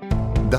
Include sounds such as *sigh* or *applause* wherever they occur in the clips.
The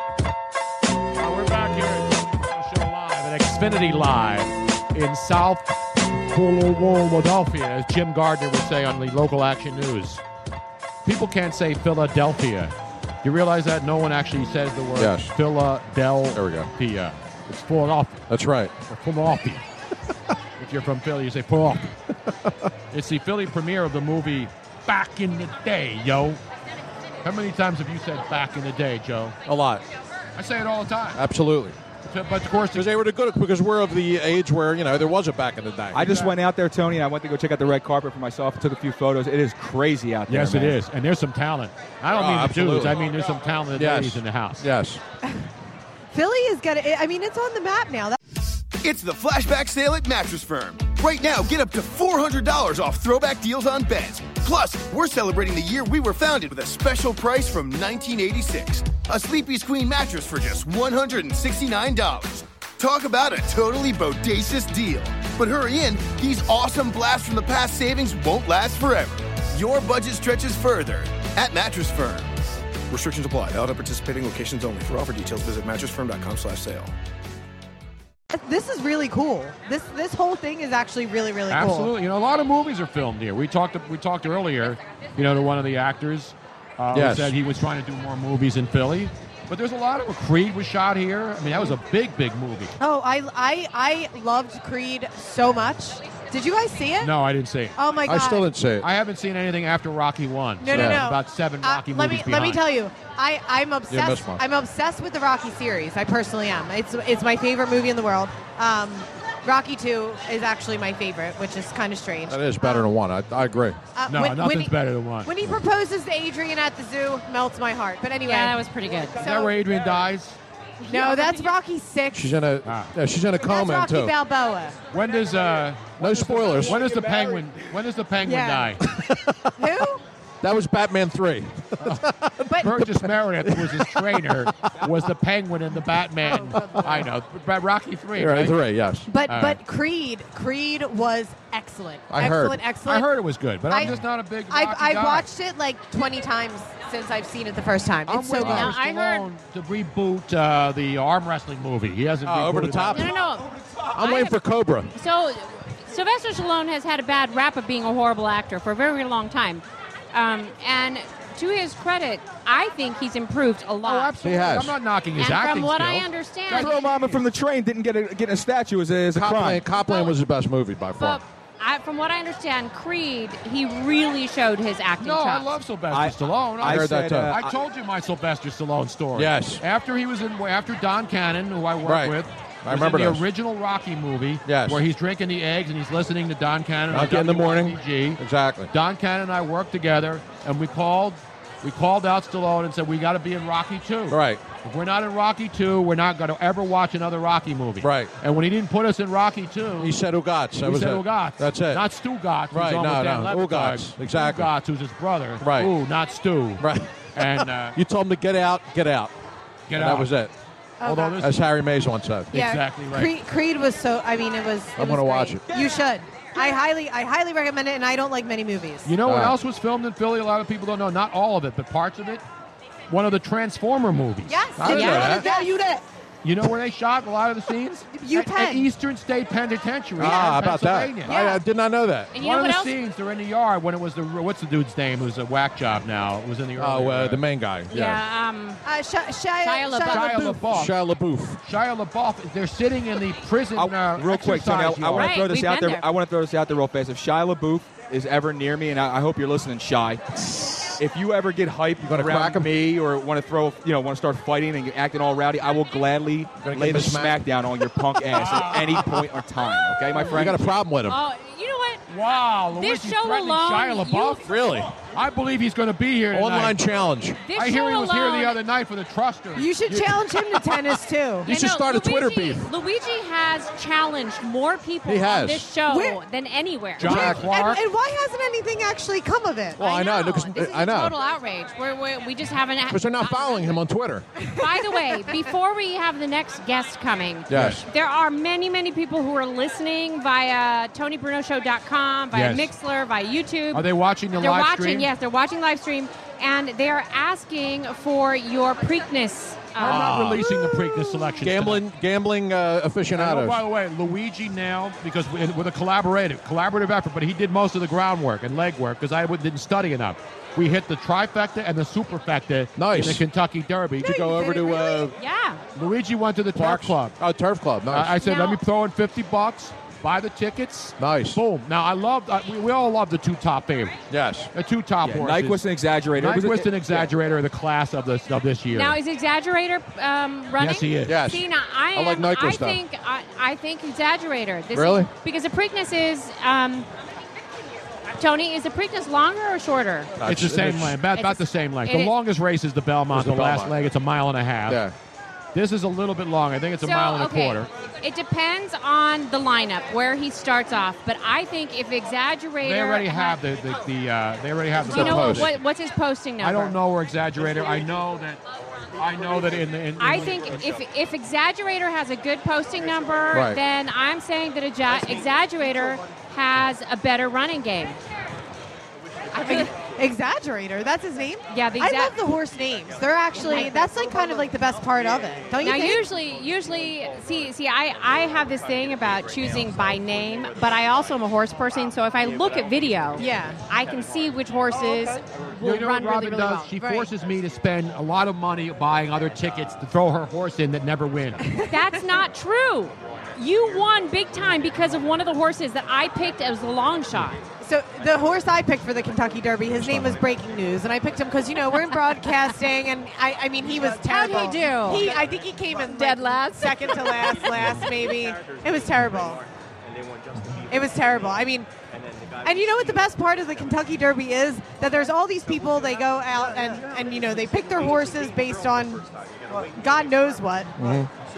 Uh, we're back here at Xfinity Show Live at Xfinity Live in South Philadelphia, as Jim Gardner would say on the local action news. People can't say Philadelphia. You realize that no one actually says the word Yes. Philadelphia. There we go. It's Philadelphia. That's right. or Philadelphia. *laughs* if you're from Philly, you say Philadelphia. it's the Philly premiere of the movie Back in the Day, yo. How many times have you said Back in the Day, Joe? A lot. I say it all the time. Absolutely. But of course, Because they were the good because we're of the age where, you know, there was a back in the day. I just went out there, Tony, and I went to go check out the red carpet for myself. Took a few photos. It is crazy out there. Yes, it man. is, and there's some talent. I don't Oh, mean the dudes. absolutely. I mean there's some talented Yes. ladies in the house. Yes. Philly is gonna. I mean, it's on the map now. That- It's the flashback sale at Mattress Firm. Right now, get up to $400 off throwback deals on beds. Plus, we're celebrating the year we were founded with a special price from 1986. A Sleepy's Queen mattress for just $169. Talk about a totally bodacious deal. But hurry in, these awesome blasts from the past savings won't last forever. Your budget stretches further at Mattress Firm. Restrictions apply. Out at participating locations only. For offer details, visit mattressfirm.com slash sale. this is really cool. This this whole thing is actually really really absolutely. You know, a lot of movies are filmed here. We talked. We talked earlier, you know, to one of the actors. Uh, who Yes. said he was trying to do more movies in Philly, but there's a lot of Creed was shot here. I mean, that was a big, big movie. cool. Oh, I I I loved Creed so much. Did you guys see it? No, I didn't see. It. Oh my god. I still didn't say it. I haven't seen anything after Rocky One. No, no, Yeah. no. About seven Uh, Rocky let me movies let me behind. tell you, I I'm obsessed. missed one. I'm obsessed with the Rocky series. I personally am. It's it's my favorite movie in the world. Um, Rocky Two is actually my favorite, which is kind of strange. That is better than one. I, I agree. Uh, No, nothing's better than one. When he proposes to Adrian at the zoo, melts my heart. But anyway, Yeah, that was pretty good. Is that where Adrian dies? no, that's Rocky Six. She's in a Ah. yeah, she's in a that's comment Rocky too. Balboa. When does uh? No spoilers. When does the penguin? When does the penguin Yeah. die? *laughs* Who? That was Batman three. *laughs* But Burgess Meredith was his trainer, was the Penguin and the Batman. I know, but Rocky Three. You're right, Right? Uh, three. Yes. Oh, but All right. but Creed Creed was excellent. I heard. excellent, excellent. I heard it was good, but I- I'm just not a big. I've, Rocky guy. I've watched it like 20 times since I've seen it the first time. I'm It's so waiting good. for Now, I heard- Stallone to reboot uh, the arm wrestling movie. He hasn't. Oh, Over the rebooted Top. No, no, no. I'm waiting for Cobra. So, Sylvester Stallone has had a bad rap of being a horrible actor for a very, very long time. Um, and to his credit, I think he's improved a that. Oh, lot. absolutely. He has. I'm not knocking his and acting from what skill. I I understand, throw mama from the train. Didn't get a, get a statue. Is a, is a crime. Copland, Copland was his best movie by far. but I, from what I understand, Creed, he really showed his acting No, I chops. love Sylvester I- Stallone. I heard that said, too. uh, I told you my Sylvester Stallone story. Yes. After he was in, after Don Cannon, who I worked Right. with, I was remember in the those. original Rocky movie. Yes. Where he's drinking the eggs and he's listening to Don Cannon. on Rocky in the morning. WIPG. Exactly. Don Cannon and I worked together, and we called, we called out Stallone and said we got to be in Rocky Two. Right. If we're not in Rocky Two, we're not going to ever watch another Rocky movie. Right. And when he didn't put us in Rocky Two, He said Ugats. That we was said it. Ugatz. That's it. Not Stu Gotts. Right, Who's on no, with Dan no, Leventhal. Ugatz. Exactly. Ugatz, who's his brother. Right. Ooh, not Stu. Right. And uh, *laughs* You told him to get out, get out. get and out. That was it. Uh-huh. Although this As Harry Mays once said. yeah, exactly right. Creed, Creed was so. I mean, it was. I'm it was gonna watch great. You should. I highly, I highly recommend it. And I don't like many movies. You know what Uh, else was filmed in Philly? A lot of people don't know. Not all of it, but parts of it. One of the Transformer movies. yes. I didn't yeah. know I that. wanna tell you that. You know where they shot a lot of the scenes? You at, at can. Eastern State Penitentiary. Ah, in about that. Pennsylvania. I, I did not know that. And you One know of what the else? scenes they're in the yard when it was the what's the dude's name who's a whack job now it was in the Oh, earlier, uh, the main guy. Yeah. Yeah, um, Uh, Sh- Shia Shia, Shia LaBeouf. LaBeouf. Shia LaBeouf. Shia LaBeouf. Oh, Shia LaBeouf. They're sitting in the prison. I- uh, real quick, Tony, I, exercise want yard. to Right, throw this we've out been there. there. I want to throw this out there real fast. If Shia LaBeouf is ever near me, and I, I hope you're listening, Shy, If you ever get hype gonna crack around 'em? me or want to throw, you know, want to start fighting and acting all rowdy, I will gladly gonna give lay him the a smack? smack down on *laughs* your punk ass at any point in time. Okay, my I friend. got a problem with him. Oh, you know what? Wow, This Luigi's show threatening alone, Shia LaBeouf. you- really? I believe he's going to be here tonight. Online challenge. This I show hear he was alone, here the other night for the truster. You should challenge him to tennis *laughs* too. You I should know, start a Twitter Luigi- beef. Luigi has challenged more people He on has. this show Where- than anywhere. John And, Clark. and why hasn't anything actually come of it? Well, I know. because- This is I know. total outrage. We're, we're, we just haven't. Because they're not following him on Twitter. By the *laughs* way, before we have the next guest coming, Yes. there are many, many people who are listening via TonyBrunoShow.com, via Yes. Mixler, via YouTube. Are they watching the they're live watching, stream? yes, they're watching live stream, and they are asking for your Preakness. I'm Uh, not releasing the Preakness selection. Ah. Gambling, gambling uh, Oh, aficionados. by the way, Luigi now because we- and with a collaborative collaborative effort, but he did most of the groundwork and legwork because I would- didn't study enough. We hit the trifecta and the superfecta Nice. in the Kentucky Derby. to go over to uh, yeah. Luigi went to the Park Parks- Club. Oh, turf club. Nice. I I said, Now- let me throw in 50 bucks, buy the tickets. Nice. Boom. Now, I love, uh, we, we all love the two top favorites, yes. the two top Yeah, horses. Nyquist an exaggerator. It was a- Nyquist an yeah. exaggerator of the class of this, of this year. Now is exaggerator um, running? Yes, he is. Yes. See, now I, I am, like Nyquist, I though. think I, I think exaggerator. This Really? Is, because the Preakness is um, Tony. Is the Preakness longer or shorter? it's the same length, about, It's about the- the same length. it The is- longest race is the Belmont, It's the the last Belmont. leg. It's a mile and a half. Yeah. This is a little bit long. I think it's a mile and a okay, quarter. It depends on the lineup where he starts off, but I think if exaggerator, They already have had- the, the, the uh, they already have the Do you know what, post. what, what's his posting number? I don't know or exaggerator. I know that. I know that in the. In, I in- think if if exaggerator has a good posting number, Right. then I'm saying that exa- exaggerator has a better running game. I feel- Exaggerator. That's his name. Yeah, the I exact- love the horse names. They're actually that's like kind of like the best part of it. Don't you now think? usually usually see see I, I have this thing about choosing by name, but I also am a horse person, so if I look at video, Yeah. I can see which horses will You know what run Robin really, really does? well. She Right. forces me to spend a lot of money buying other tickets to throw her horse in that *laughs* never win. That's not true. You won big time because of one of the horses that I picked as the long shot. So the horse I picked for the Kentucky Derby, his name was Breaking News, and I picked him because you know we're in broadcasting, and I, I mean he was How'd he terrible. do? He, I think he came in Dead like, last? second to last, last *laughs* maybe. It was terrible. It was terrible. I mean, and you know what the best part of the Kentucky Derby is that there's all these people they go out and and you know they pick their horses based on God knows what.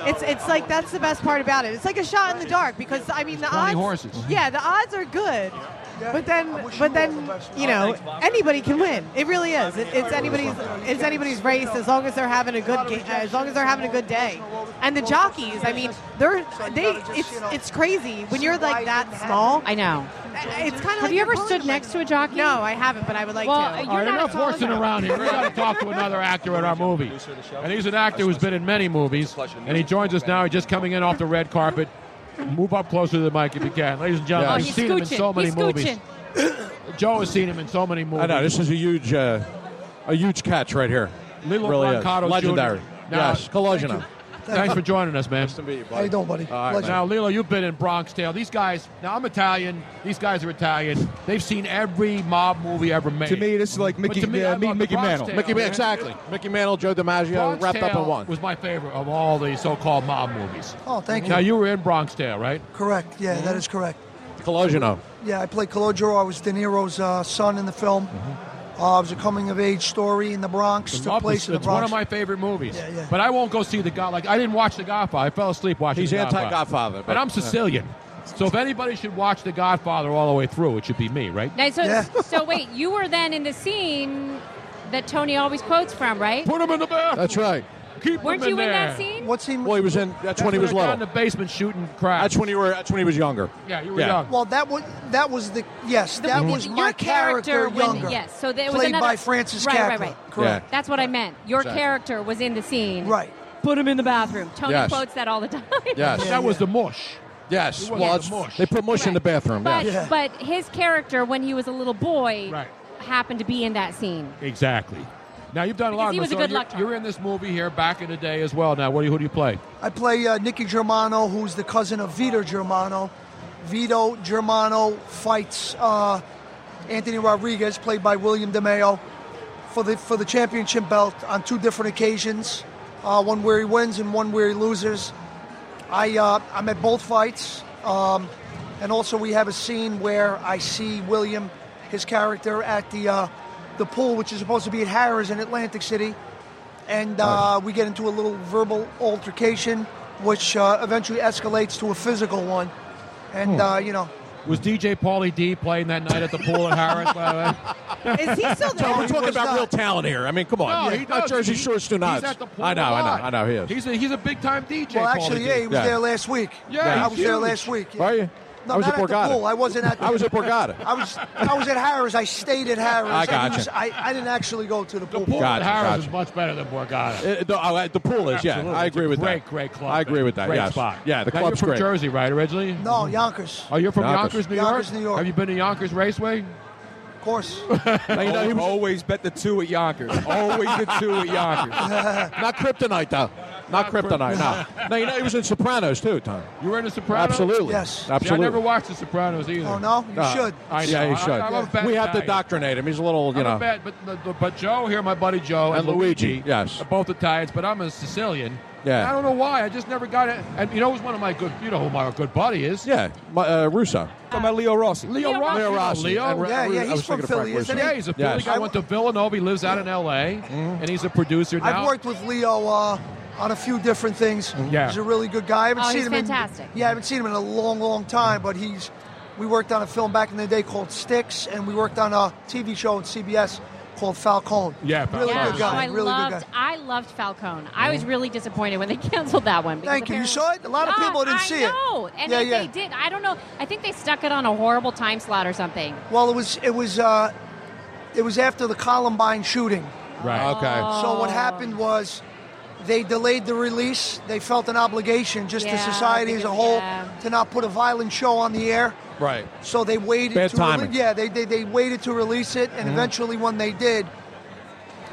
It's it's like that's the best part about it. It's like a shot in the dark because I mean the 20 odds. horses. Yeah, the odds are good. But then, but then, you know, anybody can win. It really is. It, it's anybody's. It's anybody's race as long as they're having a good game. As long as they're having a good day. And the jockeys, I mean, they're they. It's it's crazy when you're like that small. I know. It's kind of. Have you ever stood next to a jockey? No, I haven't, but I would like Well, to. You're All right, not enough horsing taller. around here. *laughs* We got to talk to another actor in our movie, and he's an actor who's been in many movies, and he joins us now. He's just coming in off the red carpet. Move up closer to the mic if you can, ladies and Oh, gentlemen. he's You've seen him in scooching. so many he's movies. scooching. Joe has seen him in so many movies. I know this is a huge, uh, a huge catch right here. Lilo really is. Brancato Jr. legendary. Now- yes, Kalojina. Thanks for joining us, man. to meet you, How you doing, buddy? All right, Pleasure. Now, Lilo, you've been in Bronx Tale. These guys, now I'm Italian. These guys are Italian. They've seen every mob movie ever made. To me, this is like But Mickey, to me, I uh, love meet the Mickey Bronx Mantle. Tale. Mickey, Man- exactly. Mickey Mantle, Joe DiMaggio, Bronx wrapped up Tale in one. was my favorite of all the so-called mob movies. Oh, thank you. Now you were in Bronx Tale, right? Mm-hmm. Correct. Yeah, that is correct. Kalojina. Yeah, I played Calogero. I was De Niro's uh, son in the film. Mm-hmm. Uh, it was a coming of age story in the Bronx. took Mob was- place in the it's one Bronx. of my favorite movies. Yeah, yeah. But I won't go see the God. Like I didn't watch the Godfather. I fell asleep watching. He's the anti-Godfather, but, but- I'm Sicilian. So if anybody should watch the Godfather all the way through, it should be me, right? Now, so, Yeah. so wait, you were then in the scene that Tony always quotes from, right? Put him in the bathroom. That's right. Keep Weren't him in you in there. that scene? What's he? Well, he was in. That's when he That's was I got in little. the basement shooting crap. That's when you were. That's when he was younger. Yeah, you were Yeah. young. Well, that was that was the yes, The- that your was my character character, when- younger. yes, so there was played another- by Francis right, Capra. right, right. Correct. That's what I meant. Your Exactly. character was in the scene. Right. Put him in the bathroom. Tony Yes. quotes that all the *laughs* time. Yes. that was the mush. Yes. It wasn't Well, the it's- mush. they put mush in the bathroom. But, yeah. Yeah. but his character, when he was a little boy, Right. happened to be in that scene. Exactly. Now you've done a Because lot. of he them, was a so good you're, luck charm. you're in this movie here back in the day as well. Now, what do you, who do you play? I play uh, Nicky Germano, who's the cousin of Vito Germano. Vito Germano fights uh, Anthony Rodriguez, played by William DeMeo. for the for the championship belt on two different occasions, uh, one where he wins and one where he loses. I uh, I'm at both fights, um, and also we have a scene where I see William, his character, at the uh, the pool, which is supposed to be at Harrah's in Atlantic City, and uh, we get into a little verbal altercation, which uh, eventually escalates to a physical one, and uh, you know. Was DJ Paulie D playing that night at the pool at Harris? by the way? Is he *laughs* still there? We're talking was about not. real talent here. I mean, come on. No, he Not does. Jersey He- Shore's do not. He's at the pool I know, a lot. I know, I know. He is. He's a, he's a big time DJ. Well, Paulie actually, D. yeah, he was Yeah. there last week. Yeah, I he's was there huge. last week. yeah. Are you? No, I was not at at, Borgata. the pool. I wasn't *laughs* at. The, I was at Borgata. *laughs* I was I was at Harris. I stayed at Harris. I didn't gotcha. s- I, I didn't actually go to the The pool. pool Gotcha, at Harris gotcha. is much better than Borgata. Uh, the, oh, uh, the pool is, yeah. Absolutely. I It's agree a with great, that. Great, club. I agree with that. Great yes. spot. Yeah, the now, club's you're from great. Jersey, right? Originally? No, Yonkers. Oh, you're from Yonkers. Yonkers, New Yonkers, York? New York. Have you been to *laughs* Yonkers Raceway? Of course. Now, you know, he was- always bet the two at Yonkers. Always the two at Yonkers. *laughs* not kryptonite, though. Not kryptonite, *laughs* no. No, you know, he was in Sopranos, too, Tom. You were in The Sopranos? Absolutely. Yes. See, I See, I Absolutely. never watched The Sopranos either. oh no, you Uh, should. I know. yeah, he I- should. I'm a bad we have to guy. doctrinate him. He's a little, you I'm know. a bad, but, but but Joe Oh, here, my buddy Joe, and, And Luigi, yes. are both Italians. But I'm a Sicilian. Yeah. And I don't know why. I just never got it. And *laughs* you know, who's one of my good, you know, who my good buddy is? Yeah, my, uh, Russo. Talking about Leo Rossi. Leo Leo Rossi. Rossi. You know Leo. And Ra- Yeah, yeah, I was thinking he's from of Frank Philly, isn't Russo. he? yeah, he's a Philly Yes. guy. Went to Villanova. He lives out in L.A. and he's a producer now. I've worked with Leo uh, on a few different things. Mm-hmm. Yeah. He's a really good guy. I haven't Oh, seen he's him fantastic. In, yeah, I haven't seen him in a long, long time, but he's. We worked on a film back in the day called Sticks, and we worked on a TV show on CBS called Falcone. Yeah, really Yeah, good oh, guy. I really loved, good guy. I loved Falcone. I was really disappointed when they *laughs* canceled that one. because Thank you. You apparently- saw it? A lot of Yeah, people didn't I see it. know. and Yeah, if yeah. they did. I don't know. I think they stuck it on a horrible time slot or something. Well, it was it was uh, it was after the Columbine shooting. Right. Okay. So Oh. what happened was they delayed the release. They felt an obligation just to Yeah, society as a because- whole yeah. to not put a violent show on the air. Right. So they waited. Bad to rele- timing. Mm-hmm. yeah, they, they they waited to release it, and eventually when they did,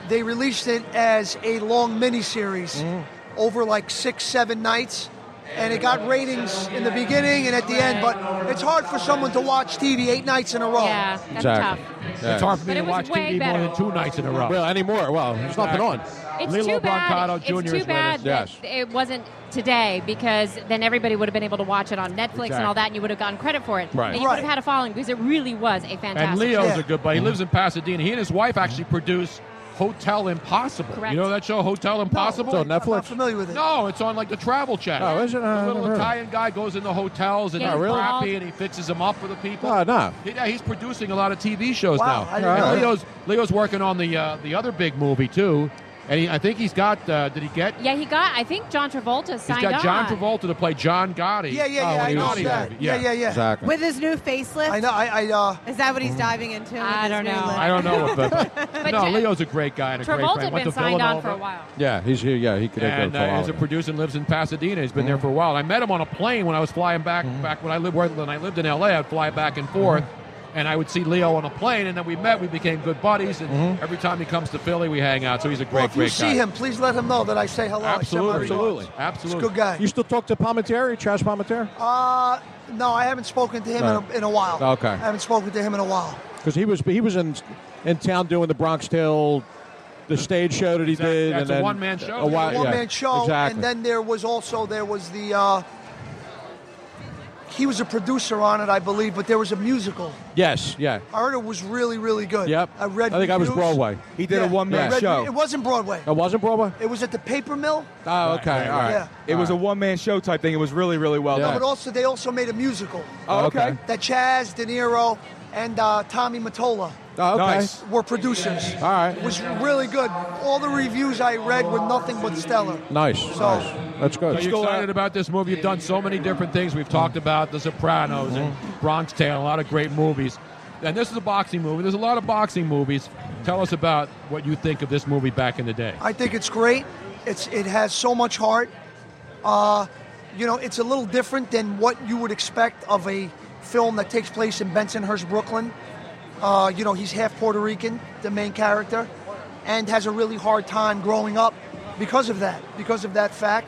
they released it as a long miniseries Mm-hmm. over like six seven nights. And it got ratings in the beginning and at the end, but it's hard for someone to watch TV eight nights in a row. Yeah, that's Exactly. tough. Yeah. It's hard for me But to it was watch way TV more better. than two nights in a row. Well, anymore. Well, there's nothing on. It's Lilo too bad. Brancato Jr. is it's with too us. bad that Yes. it wasn't today because then everybody would have been able to watch it on Netflix and all Exactly. that, and you would have gotten credit for it. Right. But you Right. would have had a following because it really was a fantastic. And Leo's Yeah. a good buddy. He lives in Pasadena. He and his wife actually produce Hotel Impossible. Correct. You know that show, Hotel Impossible? So I'm not Netflix. familiar with it. No, it's on like the travel channel. Oh, is it? I The little haven't heard of it. Italian guy goes into hotels and Yeah, they're Oh, he's crappy bald. and he fixes them up for the people. No, no. Yeah, he's producing a lot of TV shows Wow, now. I didn't know And that. Leo's Leo's working on the uh, the other big movie too, and he, I think he's got. Uh, did he get? Yeah, he got. I think John Travolta He's signed got on. John Travolta to play John Gotti. Oh, Yeah, yeah, on yeah. the I know Naughty that. movie. Yeah, yeah, yeah. Exactly. With his new facelift? I know. I, I uh, Is that what he's diving into? with I his don't new know. lip? I don't know, *laughs* but, *laughs* But no, Ja- Leo's a great guy and a great Travolta friend. had Went been to signed on for a Villanova. while. Yeah, he's here. Yeah, he could have and uh, gone is a for producer and lives in Pasadena. He's been Mm-hmm. there for a while. I met him on a plane when I was flying back back when I lived when I lived in L.A. I'd fly back and forth, Mm-hmm. and I would see Leo on a plane, and then we met. We became good buddies, and Mm-hmm. every time he comes to Philly, we hang out. So he's a great, well, if you great see guy. him, please let him know that I say hello. I send my absolutely, regards. absolutely, absolutely. He's a good guy. You still talk to Palmentieri, Trash Palmentieri? Uh, no, I haven't spoken to him No. in, a, in a while. Okay. I haven't spoken to him in a while. Because he was he was in in town doing the Bronx Tale, the stage show that he Exactly. did. That's and a then one-man show. A while, One yeah, man show, Exactly. and then there was also there was the. Uh, he was a producer on it, I believe, but there was a musical. yes, yeah, I heard it was really, really good. yep. I read. I think I was reviews. Broadway. He did Yeah, a one I man read- It show. wasn't Broadway. It wasn't Broadway. It was at the paper mill, Oh, okay, all right. yeah. It was a one man show type thing. It was really, really well Yeah. but done. also they also made a musical Oh, okay. Okay. that Chaz De Niro and uh, Tommy Mottola Oh, okay. Nice. were producers. All right. It was really good. All the reviews I read were nothing but stellar. Nice. So- nice. That's Are good. you excited about this movie? You've done so many different things. We've talked about The Sopranos Mm-hmm. and Bronx Tale, a lot of great movies. And this is a boxing movie. There's a lot of boxing movies. Tell us about what you think of this movie back in the day. I think it's great. It's it has so much heart. Uh, you know, it's a little different than what you would expect of a film that takes place in Bensonhurst, Brooklyn. Uh, you know, he's half Puerto Rican, the main character, and has a really hard time growing up because of that. Because of that fact,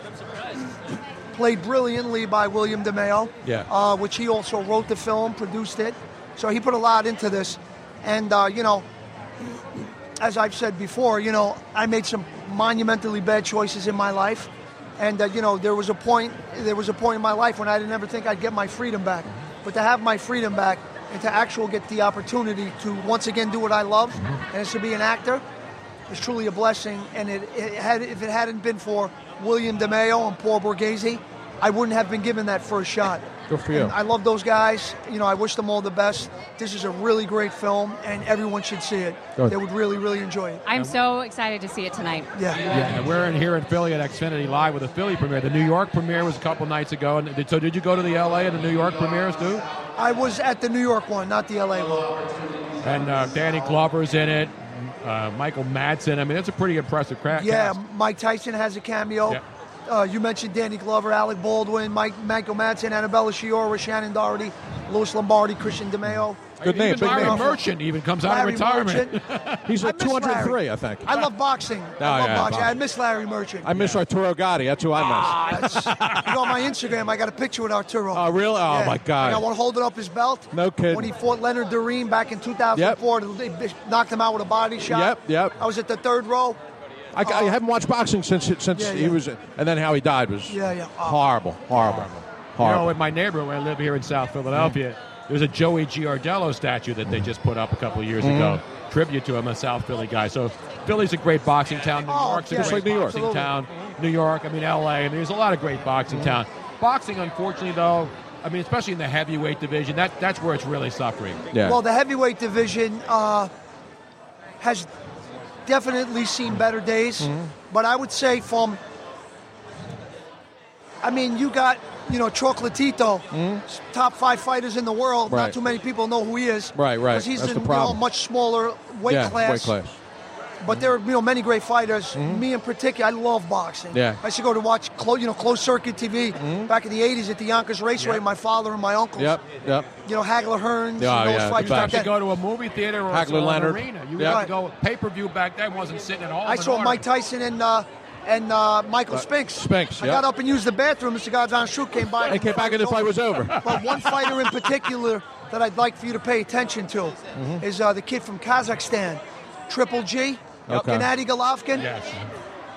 played brilliantly by William DeMeo. Yeah. Uh, which he also wrote the film, produced it, so he put a lot into this, and uh, you know, as I've said before, you know, I made some monumentally bad choices in my life, and uh, you know, there was a point, there was a point in my life when I didn't ever think I'd get my freedom back. But to have my freedom back and to actually get the opportunity to once again do what I love, and it's to be an actor, is truly a blessing. And it, it had, if it hadn't been for William DeMeo and Paul Borghese, I wouldn't have been given that first shot. Good for you. And I love those guys. You know, I wish them all the best. This is a really great film, and everyone should see it. Good. They would really, really enjoy it. I'm so excited to see it tonight. Yeah. Yeah, and we're in here in Philly at Xfinity Live with the Philly premiere. The New York premiere was a couple nights ago, and did, so did you go to the LA and the New York premieres too? I was at the New York one, not the LA one. And uh, Danny Glover's in it, uh, Michael Madsen. I mean, it's a pretty impressive cra- Yeah, cast. Mike Tyson has a cameo. Yeah. Uh, you mentioned Danny Glover, Alec Baldwin, Mike, Michael Madsen, Annabella Shiora, Shannon Doherty, Louis Lombardi, Christian DeMeo. Good name, Even big Larry name. Merchant even comes out Larry of retirement. *laughs* Merchant. *laughs* He's I at miss 203, Larry. I think. I love boxing. Oh, I love yeah, boxing. I boxing. miss Larry Merchant. I miss Arturo Gotti. That's who I miss. That's- you know, on my Instagram, I got a picture with Arturo. Oh, really? Oh, my God. And I want holding up his belt. No kidding. When he fought Leonard Doreen back in 2004, they b- knocked him out with a body shot. Yep, yep. I was at the third row. I, I haven't watched boxing since it- since Yeah, he yeah. was, and then how he died was Yeah, yeah. Oh. horrible, horrible, You horrible. Mm. know, in my neighborhood where I live here in South Philadelphia, there's a Joey Giardello statue that they just put up a couple of years Mm. ago. Tribute to him, a South Philly guy. So Philly's a great boxing town. New Oh, York's yes, a Just like great New York. boxing absolutely. Mm-hmm. town. New York, I mean, LA. I mean, there's a lot of great boxing town. Boxing, unfortunately, though, I mean, especially in the heavyweight division, that, that's where it's really suffering. yeah. Well, the heavyweight division uh, has definitely seen better days, Mm-hmm. but I would say from, I mean, you got you know Chocolatito, s- top five fighters in the world. Mm-hmm. Right. Not too many people know who he is. Right, right. Because he's That's in the you know, problem. much smaller weight, yeah, class, weight class. Mm-hmm. But there are you know many great fighters. Me in particular, I love boxing. Yeah. Mm-hmm. I used to go to watch clo- you know closed circuit TV back in the '80s at the Yonkers Raceway. My father and my uncles. Yep, yep. You know Hagler Hearns. Yeah, and those yeah, the fights back You best. then. have to go to a movie theater or Hagler an Leonard. arena. You Yeah. have to go pay per view back then, wasn't sitting at home. I saw Mike Tyson and uh, and uh, Michael Spinks. Spinks, I yep. got up and used the bathroom. Mr. Godzon Shoot came by. He came back and the fight was over. *laughs* But one fighter in particular that I'd like for you to pay attention to Mm-hmm. is uh, the kid from Kazakhstan, Triple G, Okay. Gennady Golovkin. Yes.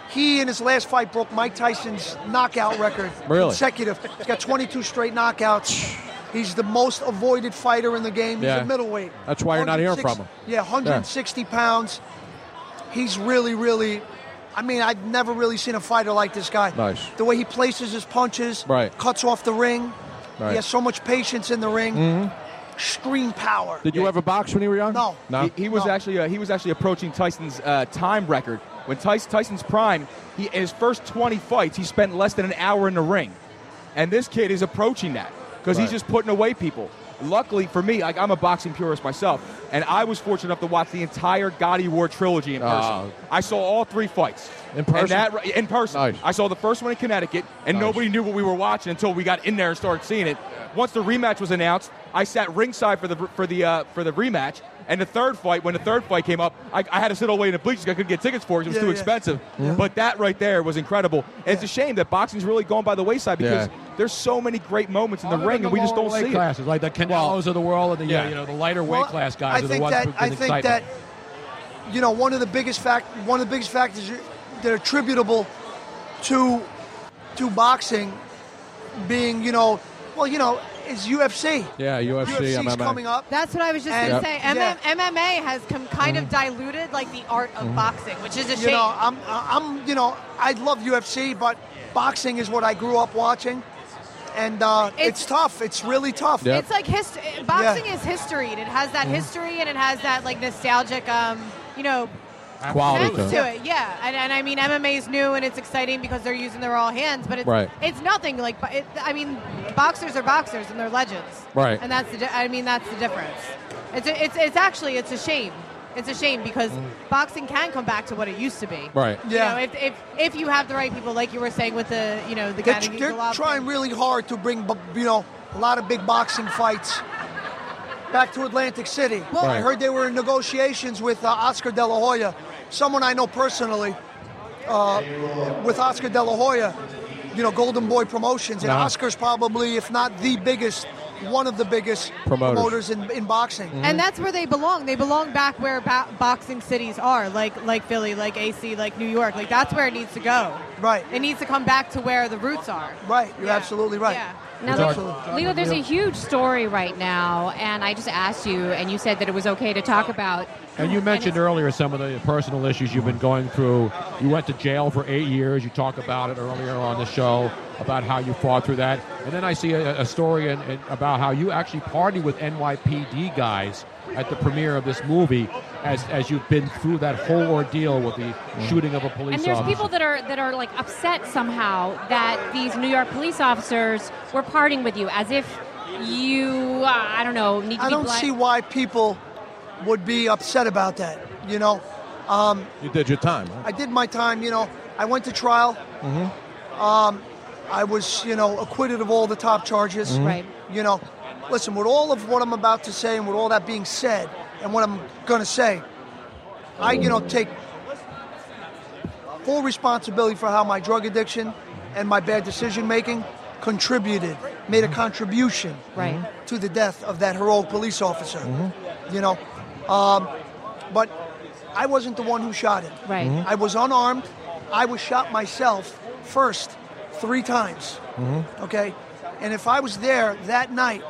He in his last fight broke Mike Tyson's knockout record. Really? Consecutive. He's got 22 straight knockouts. He's the most avoided fighter in the game. He's Yeah. a middleweight. That's why you're not hearing from 106 him. Yeah, 160 pounds. He's really, really. I mean, I've never really seen a fighter like this guy. Nice. The way he places his punches, Right. cuts off the ring. Right. Mm-hmm. He has so much patience in the ring. Extreme power. Did you ever box when you were young? No. No. He, he was No. actually uh, he was actually approaching Tyson's uh, time record. When Tyson, Tyson's prime, he in his first 20 fights, he spent less than an hour in the ring, and this kid is approaching that because Right. he's just putting away people. Luckily for me, like I'm a boxing purist myself, and I was fortunate enough to watch the entire Gotti War trilogy in person. Oh. I saw all three fights In person? And that, in person, Nice. I saw the first one in Connecticut, and Nice. nobody knew what we were watching until we got in there and started seeing it. Once the rematch was announced, I sat ringside for the for the uh, for the rematch. And the third fight, when the third fight came up, I, I had to sit all the way in the bleachers. 'cause I couldn't get tickets for it; 'cause it was Yeah, too yeah. expensive. But that right there was incredible. And It's a shame that boxing's really gone by the wayside because Yeah. there's so many great moments in the Other ring, than and we just lower don't weight see it. classes, like the Canelos of the world and the Yeah. uh, you know the lighter weight Well, class guys I are the think ones that with I think excitement. that you know one of the biggest fact one of the biggest factors that are attributable to to boxing being you know well you know is UFC. Yeah, UFC, UFC's MMA. coming up. That's what I was just And- going to Yep. say. Yeah. MM, MMA has come kind of diluted like the art of boxing, which is a shame. You know, uh, I'm I'm you know I love UFC, but boxing is what I grew up watching, and uh, it's, It's- tough. It's really tough. Yep. It's like history. Boxing is history, and it has that history, and it has that like nostalgic, um, you know, Quality. sense to it. to it. Yeah, and, and I mean MMA is new and it's exciting because they're using their all hands, but it's Right. it's nothing like. but It, I mean, boxers are boxers and they're legends. Right. And that's the. di- I mean, that's the difference. It's a, it's it's actually it's a shame. It's a shame because boxing can come back to what it used to be. Mm. Right. You Yeah. know, if, if if you have the right people, like you were saying with the you know the They're, guy that you they're go out trying with. really hard to bring, bu- you know, a lot of big boxing fights back to Atlantic City. Well- I heard they were in negotiations with uh, Oscar De La Hoya, someone I know personally. Uh, with Oscar De La Hoya, you know, Golden Boy Promotions, and Uh-huh. Oscar's probably, if not the biggest one of the biggest Promoters. Mm-hmm. promoters in, in boxing. And that's where they belong. They belong back where ba- boxing cities are, like like Philly, like AC, like New York. Like that's where it needs to go. Right. It needs to come back to where the roots are. Right. You're Yeah. absolutely right. Yeah. Now, It's Leo- our- Leo, there's a huge story right now, and I just asked you, and you said that it was okay to talk about. And you mentioned it's- earlier some of the personal issues you've been going through. You went to jail for eight years. You talk about it earlier on the show about how you fought through that. And then I see a, a story in, in, about how you actually party with NYPD guys at the premiere of this movie as, as you've been through that whole ordeal with the shooting of a police And there's officer. people that are that are like upset somehow that these New York police officers were parting with you as if you, uh, I don't know, need to I be don't bli- see why people would be upset about that. You know, Um, You did your time. Huh? I did my time. You know, I went to trial. Um, I was, you know, acquitted of all the top charges. Right. You know, listen, with all of what I'm about to say and with all that being said and what I'm going to say, I, you know, take full responsibility for how my drug addiction and my bad decision making contributed, made a contribution Right. to the death of that heroic police officer. You know, um, but I wasn't the one who shot him. Right. Mm-hmm. Mhm. I was unarmed. I was shot myself first three times. Mm-hmm. Okay, and if I was there that night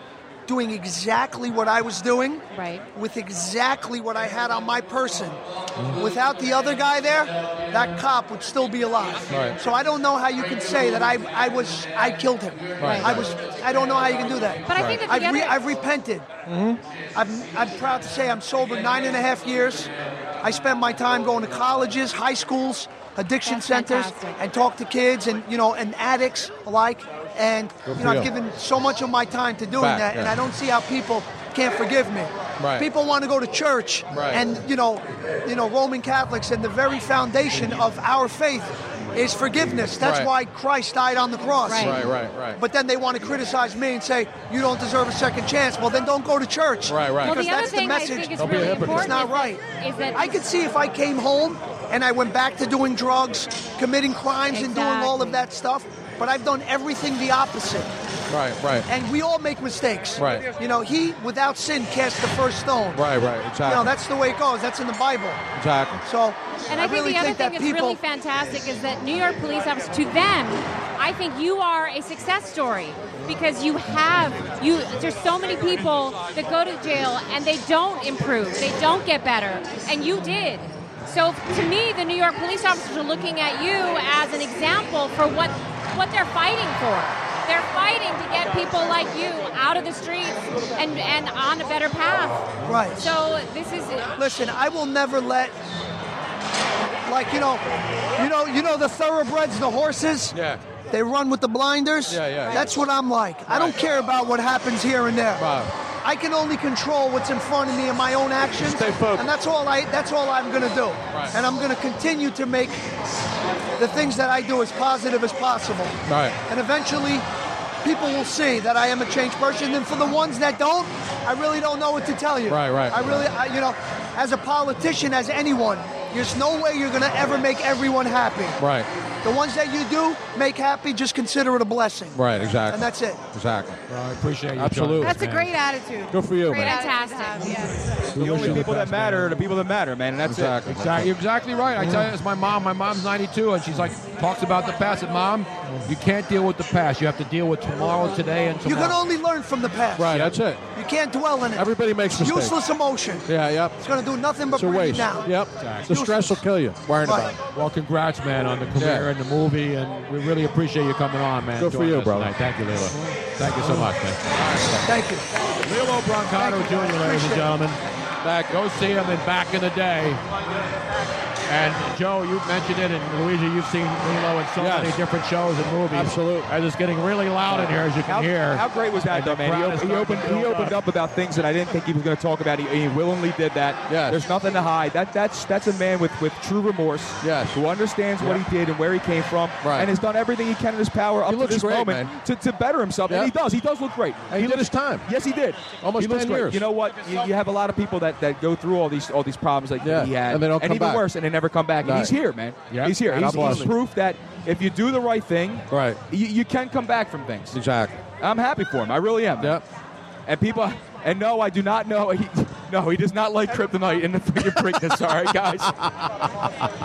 doing exactly what I was doing, Right. with exactly what I had on my person, without the other guy there, that cop would still be alive. Right. So I don't know how you can say that I I was I killed him. Right. I was I don't know how you can do that. But I think that the I've, re- other- I've repented. Mm-hmm. I'm, I'm proud to say I'm sober nine and a half years. I spent my time going to colleges, high schools, addiction That's centers, fantastic. and talk to kids and you know and addicts alike. And Good you for know you. I've given so much of my time to doing Back, that, and yeah. I don't see how people can't forgive me. Right. People want to go to church, Right. and you know, you know Roman Catholics, and the very foundation of our faith is forgiveness. That's Right. why Christ died on the cross. Right. Right, right, right. But then they want to criticize me and say, you don't deserve a second chance. Well, then don't go to church. Right, right. Well, Because the other that's the thing I message. think is Don't be a really hypocrite. important It's not right. is that- is that I could see if I came home and I went back to doing drugs, committing crimes, and doing all Exactly. of that stuff, but I've done everything the opposite. right, right. And we all make mistakes. Right. You know, he without sin cast the first stone. Right, right, exactly. You know, that's the way it goes. That's in the Bible. exactly. So And I, I, think really the other think that thing that's people really fantastic is that New York police officers, to them, I think you are a success story because you have you. There's so many people that go to jail and they don't improve, they don't get better, and you did. So to me, the New York police officers are looking at you as an example for what what they're fighting for. They're fighting to get people like you out of the streets and, and on a better path. Right. So this is Listen, I will never let like you know, you know, you know the thoroughbreds, the horses. Yeah. They run with the blinders. Yeah, yeah. That's what I'm like. I don't care about what happens here and there. Right. I can only control what's in front of me and my own actions. Stay focused. And that's all I that's all I'm gonna do. Right. And I'm gonna continue to make the things that I do as positive as possible. Right. And eventually people will see that I am a changed person. And for the ones that don't, I really don't know what to tell you. Right, right. I really I, you know, as a politician, as anyone, there's no way you're gonna ever make everyone happy. Right, The ones that you do make happy, just consider it a blessing. right, exactly. And that's it. Exactly. I appreciate you. Absolutely. John. That's a Man. great attitude. Good for you, Great man. attitude to Fantastic. have, yeah. We The wish only you the people that best, man. matter are the people that matter, man, and that's Exactly. it. Exactly, you're exactly right. I tell you, it's my mom. My mom's 92, and she's like talks about the past. And mom, you can't deal with the past. You have to deal with tomorrow, today, and You tomorrow. can only learn from the past. Right, that's it. You can't dwell in it. Everybody makes It's mistakes. Useless emotion. Yeah, yep. It's going to do nothing but It's a bring you waste. down. Yep. The *laughs* stress will kill you. Worrying Right. about it. Well, congrats, man, on the career Yeah. and the movie, and we really appreciate you coming on, man. Good for joining you, us brother. Tonight. Thank you, Leila. Thank you so much, man. Thank you. Lilo Brancato Jr., ladies and Appreciate it. gentlemen. Back, go see him in Back in the Day. And Joe, you mentioned it, and Luigi, you've seen Lilo in so Yes. many different shows and movies. Absolute. As it's getting really loud in here, as you can How, hear. how great was that, And the though, man? crowd He, is op- he opened, starting he to build opened up about things that I didn't think he was going to talk about. He, he willingly did that. Yes. There's nothing to hide. That that's that's a man with, with true remorse. Yes. Who understands what he did and where he came from, Right. and has done everything he can in his power up to looks this great, moment man. to, to better himself. Yep. And he does. He does look great. And he did his time. Yes, he did. Almost he looks 10 great. years. You know what? You, you have a lot of people that, that go through all these all these problems like Yeah. he had, And they don't come even back. worse, and they never come back. Right. And he's here, man. Yep. He's here. God He's, bless he's him. proof that if you do the right thing, Right. you, you can come back from things. Exactly. I'm happy for him. I really am. man. Yep. And people, and no, I do not know. He, no, he does not like kryptonite in the freaking Preakness. All right, guys.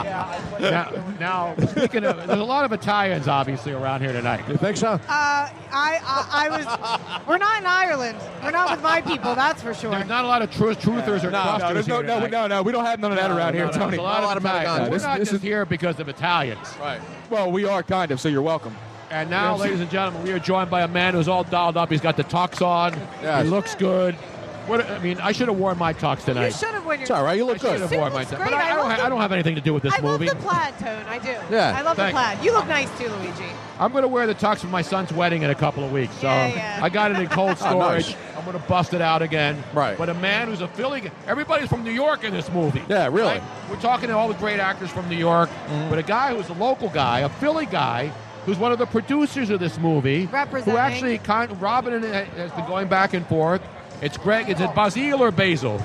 now, now, speaking of, there's a lot of Italians obviously around here tonight. You think so? Uh, I, I, I was. We're not in Ireland. We're not with my people. That's for sure. There's not a lot of truth, truthers or No, no, trusters there's no, here no, tonight. no, no. We don't have none of that around No, here, no, Tony. There's a lot, of Italians. Italians. We're This- not this just is- here because of Italians. Right. Well, we are kind of. So you're welcome. And now, Yes. ladies and gentlemen, we are joined by a man who's all dialed up. He's got the tux on. Yes. He looks good. What I mean, I should have worn my tux tonight. You should have when you're. It's all right. You I look should good. have suit worn my looks tux. great. But I, I don't love ha- the- I don't have anything to do with this I movie. love the plaid tone. I do. Yeah, I love the thank plaid. You look nice too, Luigi. I'm going to wear the tux for my son's wedding in a couple of weeks. So Yeah, yeah. I got it in cold storage. nice. I'm going to bust it out again. Right. But a man who's a Philly, g- everybody's from New York in this movie. Yeah, really. Right? We're talking to all the great actors from New York, but a guy who's a local guy, a Philly guy, who's one of the producers of this movie, Representing. who actually kind Robin and it has been going back and forth. It's Greg. Is it Basile or Basil?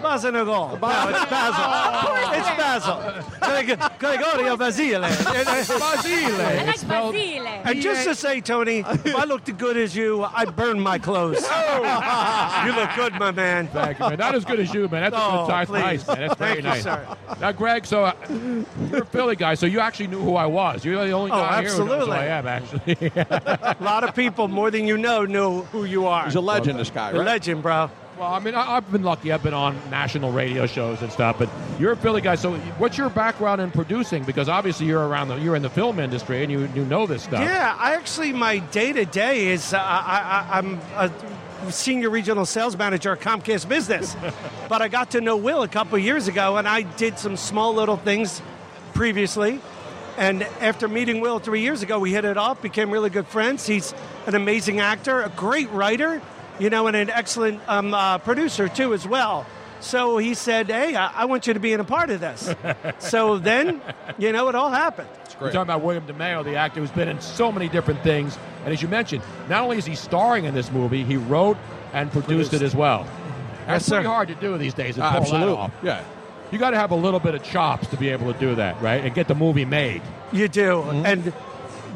Basil Nogol. No, it's *laughs* Basil. It's Basil. Greg- Gregorio *laughs* *laughs* Basile. Basile. I like It's spelled- Basile. And just to say, Tony, if I looked good as you, I burned my clothes. *laughs* you look good, my man. Oh. Thank you, man. Not as good as you, man. That's a Oh, good time. please. Nice, man. That's Thank very you, nice. sir. Now, Greg, so uh, you're a Philly guy, so you actually knew who I was. You're the only Oh, guy here who knows who absolutely. I am, actually. A lot of people, more than you know, knew who you *laughs* are. He's a legend, this guy, You're a right? legend, bro. well, I mean, I, I've been lucky. I've been on national radio shows and stuff, but you're a Philly guy. So, what's your background in producing? Because obviously, you're around the you're in the film industry and you you know this stuff. Yeah, I actually, my day to day is uh, I, I, I'm a senior regional sales manager at Comcast Business. but I got to know Will a couple years ago, and I did some small little things previously. And after meeting Will three years ago, we hit it off, became really good friends. He's an amazing actor, a great writer, you know, and an excellent um, uh, producer too, as well. So he said, "Hey, I, I want you to be in a part of this." so then, you know, it all happened. We're talking about William DeMeo, the actor who's been in so many different things. And as you mentioned, not only is he starring in this movie, he wrote and produced, it as well. That's sir. Uh, pretty hard to do these days. to pull that Absolutely. off. Yeah. You got to have a little bit of chops to be able to do that, right? And get the movie made. You do. Mm-hmm. And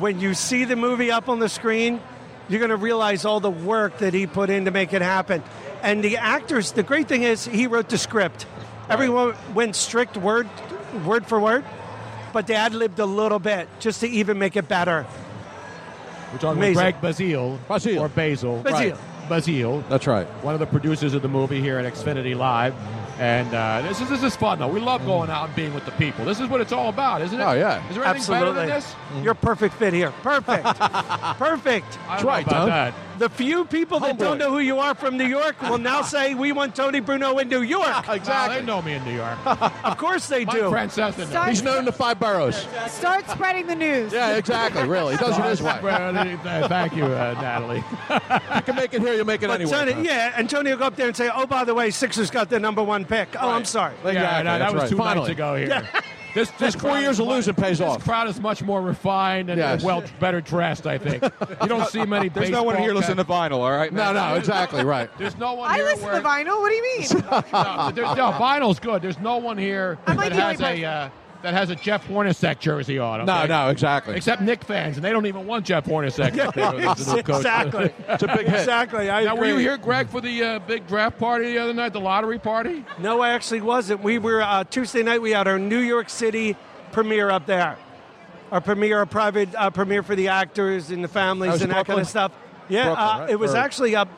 when you see the movie up on the screen, you're going to realize all the work that he put in to make it happen. And the actors, the great thing is he wrote the script. Everyone went strict word word for word, but they ad-libbed a little bit just to even make it better. We're talking Amazing. about Greg Basile, Basile. or Basil, Basile. Basile, That's right. one of the producers of the movie here at Xfinity Live. And uh, this is this is fun though. We love going out and being with the people. This is what it's all about, isn't it? Oh, yeah. Is there anything better Absolutely. Mm-hmm. than this? You're a perfect fit here. *laughs* Perfect. perfect. That's I don't know right, about Tom. that. The few people that Homeboy. don't know who you are from New York will *laughs* now say, We want Tony Bruno in New York. Well, they know me in New York. Of course they My do. Francesca knows. Start, He's known in the five boroughs. start spreading the news. Yeah, exactly. Really, he does *laughs* it his way. *laughs* Well, Thank you, uh, *laughs* Natalie. You can make it here. You make it But anywhere. Tony, Tom. yeah, Antonio go up there and say, "Oh, by the way, Sixers got their number one pick." Oh, I'm sorry. Exactly, Yeah, no, that's that was right. two nights Finally. ago here. This, This four crowd years is of much- losing pays this off. crowd is much more refined and Yes. well better dressed, I think. You don't see *laughs* many. There's no one here listening to vinyl. All right. No, no, exactly right. There's no one I here. listen where- to vinyl. What do you mean? *laughs* no, *laughs* there- no, vinyl's good. There's no one here I that might be has the only a uh, that has a Jeff Hornacek jersey on. No, okay? no, exactly. Except Nick fans, and they don't even want Jeff Hornacek. *laughs* *laughs* exactly. It's a big hit. exactly. I Now, were agree. you here, Greg, for the uh, big draft party the other night, the lottery party? No, I actually wasn't. We were uh, Tuesday night. We had our New York City premiere up there. Our premiere, our private uh, premiere for the actors and the That families was and that kind Brooklyn? of stuff. Yeah, Brooklyn, uh, right? it was Or- actually up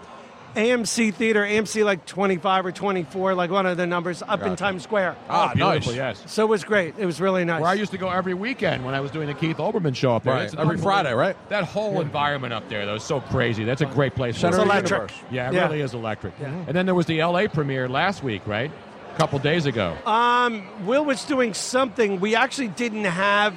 AMC Theater, AMC like 25 or 24, like one of the numbers up in Times Square. Ah, oh, beautiful, nice. yes. So it was great. It was really nice. Where I used to go every weekend when I was doing the Keith Olbermann show up there. Right. That's an Every unbelievable- Friday, right? That whole environment up there, though, is so crazy. That's a great place. Center It's for of the electric. universe. Yeah, it Yeah. really is electric. And then there was the LA premiere last week, right? A couple days ago. Um, Will was doing something. We actually didn't have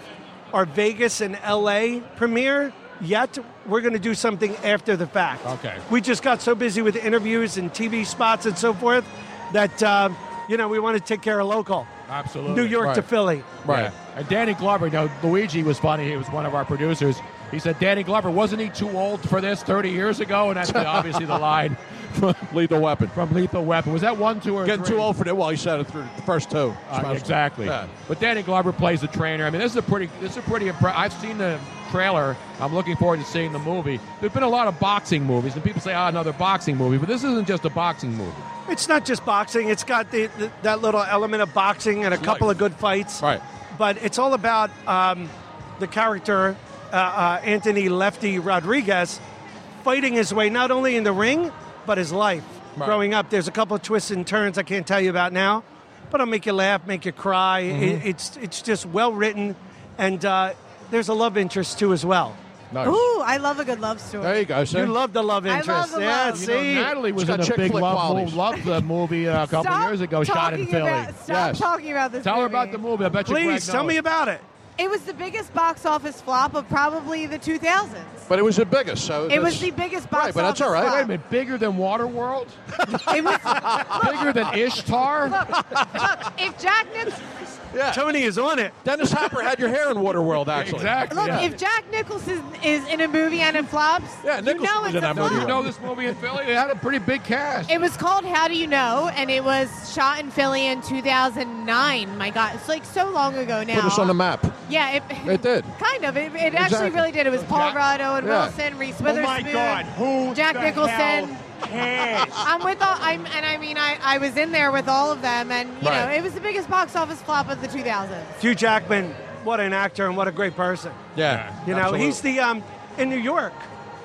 our Vegas and LA premiere yet. We're going to do something after the fact. Okay. We just got so busy with interviews and TV spots and so forth that, uh, you know, we want to take care of local. Absolutely. New York to Right. Philly. Right. Yeah. And Danny Glover, you know, Luigi was funny. He was one of *laughs* our producers. He said, Danny Glover, wasn't he too old for this 30 years ago? And that's the- obviously the line Lethal weapon. from Lethal Weapon. Was that one, two, or Getting three? too old for that. Well, he said it through the first two. Uh, exactly. Yeah. But Danny Glover plays the trainer. I mean, this is a pretty, this is a pretty. Impre- I've seen the trailer. I'm looking forward to seeing the movie. There's been a lot of boxing movies, and people say, "Ah, another boxing movie," but this isn't just a boxing movie. It's not just boxing. It's got the, the that little element of boxing and a couple life. of good fights. Right. But it's all about um, the character uh, uh, Anthony Lefty Rodriguez fighting his way not only in the ring but his life. Right. Growing up, there's a couple of twists and turns I can't tell you about now, but I'll make you laugh, make you cry. Mm-hmm. It, it's it's just well written, and uh, there's a love interest too as well. Nice. Ooh, I love a good love story. There you go. See? You love the love I interest. love the yeah, love. You see, know, Natalie was It's got in a chick big flick love, qualities. loved the movie uh, a couple Stop years ago. Shot in talking Philly. About, stop Yes. talking about this. Tell her movie. about the movie. I bet you. please Greg tell knows. me about it. It was the biggest box office flop of probably the 2000s. But it was the biggest. So Uh, It was that's- the biggest box Right, but that's office all right. flop. Wait a minute, bigger than Waterworld? It was, *laughs* bigger than Ishtar? if Jack Nich- Yeah. Tony is on it. Dennis Hopper had your hair in *laughs* Waterworld, actually. Exactly. look, yeah. if Jack Nicholson is in a movie and it flops, Yeah, you Nicholson know was it's in a that Now, flop. movie. you know this movie in Philly? It had a pretty big cast. It was called How Do You Know, and it was shot in Philly in 2009. My God, it's like so long ago now. Put us on the map. Yeah, it, It did. *laughs* Kind of. It, it actually Exactly. really did. It was Paul Rudd, Owen Yeah. Wilson, Reese Oh Witherspoon. my God! Who Jack the Nicholson. Hell cares? *laughs* I'm with all. I'm and I mean I, I was in there with all of them, and you Right. know it was the biggest box office flop of the 2000s. Hugh Jackman, what an actor and what a great person. Yeah. You know, he's the um, in New York,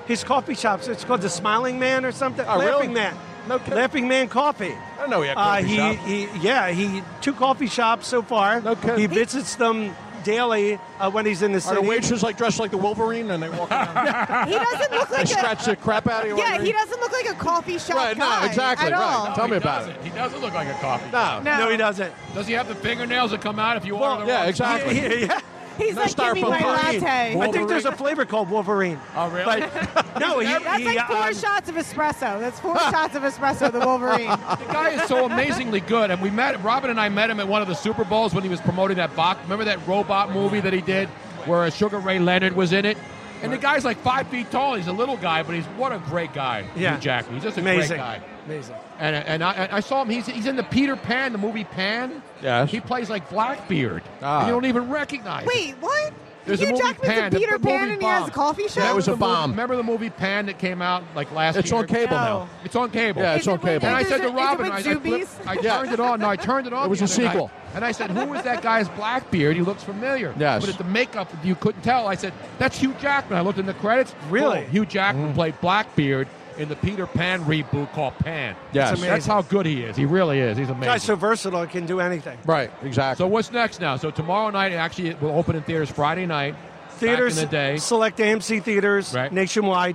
his coffee shops. It's called the Smiling Man or something. Oh, really? Laughing Man. No kidding. Laughing Man Coffee. I didn't know he had Uh, coffee he, shop. he, yeah, he two coffee shops so far. No kidding. He visits them daily uh, when he's in the Are the city. waitresses like dressed like the Wolverine and they walk *laughs* around? He doesn't *laughs* look they like scratch a. the crap out of you. Yeah, he doesn't look like a coffee shop Right, no, guy exactly, at right. all. Tell me he about doesn't. He doesn't look like a coffee. No. No. no, he doesn't. Does he have the fingernails that come out if you Well, order the yeah, wrong- exactly. Yeah, *laughs* yeah. He's No like, give styrofoam me my Wolverine. latte. I think there's a flavor called Wolverine. Oh, really? But, *laughs* no, he, That's he, like four um, shots of espresso. That's *laughs* four shots of espresso. The Wolverine. The guy is so amazingly good, and we met Robin and I met him at one of the Super Bowls when he was promoting that box. Remember that robot movie that he did, where uh, Sugar Ray Leonard was in it. And the guy's like five feet tall. He's a little guy, but he's what a great guy. Yeah. Hugh Jackman. He's just a Amazing. great guy. Amazing. And uh, and I, and I saw him. He's he's in the Peter Pan, the movie Pan. Yes. He plays like Blackbeard. Ah. And you don't even recognize. him. Wait, what? There's a Hugh movie Jackman's Pan, a the- Peter the Pan movie and he has a Bomb. coffee shop. That was a Remember the movie- bomb. remember the movie Pan that came out like last It's year? on cable No. now. It's on cable. Yeah, Is it's it on really- cable. And I is said it- to is it Robin, with I, said, Zoobies? "Flip," I turned it on. No, I turned it on. It was the a other night. sequel. and I said, "Who is that guy's Blackbeard? He looks familiar." Yes. But at the makeup, you couldn't tell. I said, "That's Hugh Jackman." I looked in the credits. Really? Boom, Hugh Jackman played Blackbeard in the Peter Pan reboot called Pan. Yes. amazing. That's how good he is. He really is. He's amazing. Guy's so versatile, he can do anything. Right, exactly. so what's next now? So tomorrow night, actually, it will open in theaters Friday night. theaters, back in the day. select AMC theaters Right. nationwide,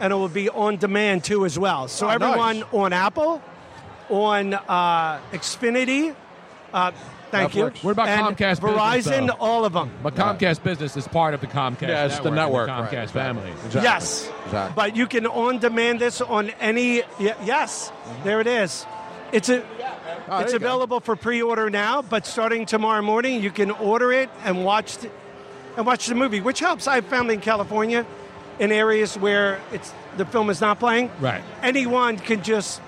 and it will be on demand too as well. So Oh, nice. everyone on Apple, on uh, Xfinity, uh, thank you. Netflix. What about and Comcast Business, Verizon, though? all of them. But Comcast Business is part of the Comcast. yeah, it's the network. network, and right, the Comcast exactly. family. Exactly. Yes, Exactly. but you can on demand this on any. ye- yes, there it is. It's a. there it's you go. available for pre-order now, but starting tomorrow morning, you can order it and watch th- and watch the movie, which helps. I've found in California, in areas where it's the film is not playing, Right. Anyone can just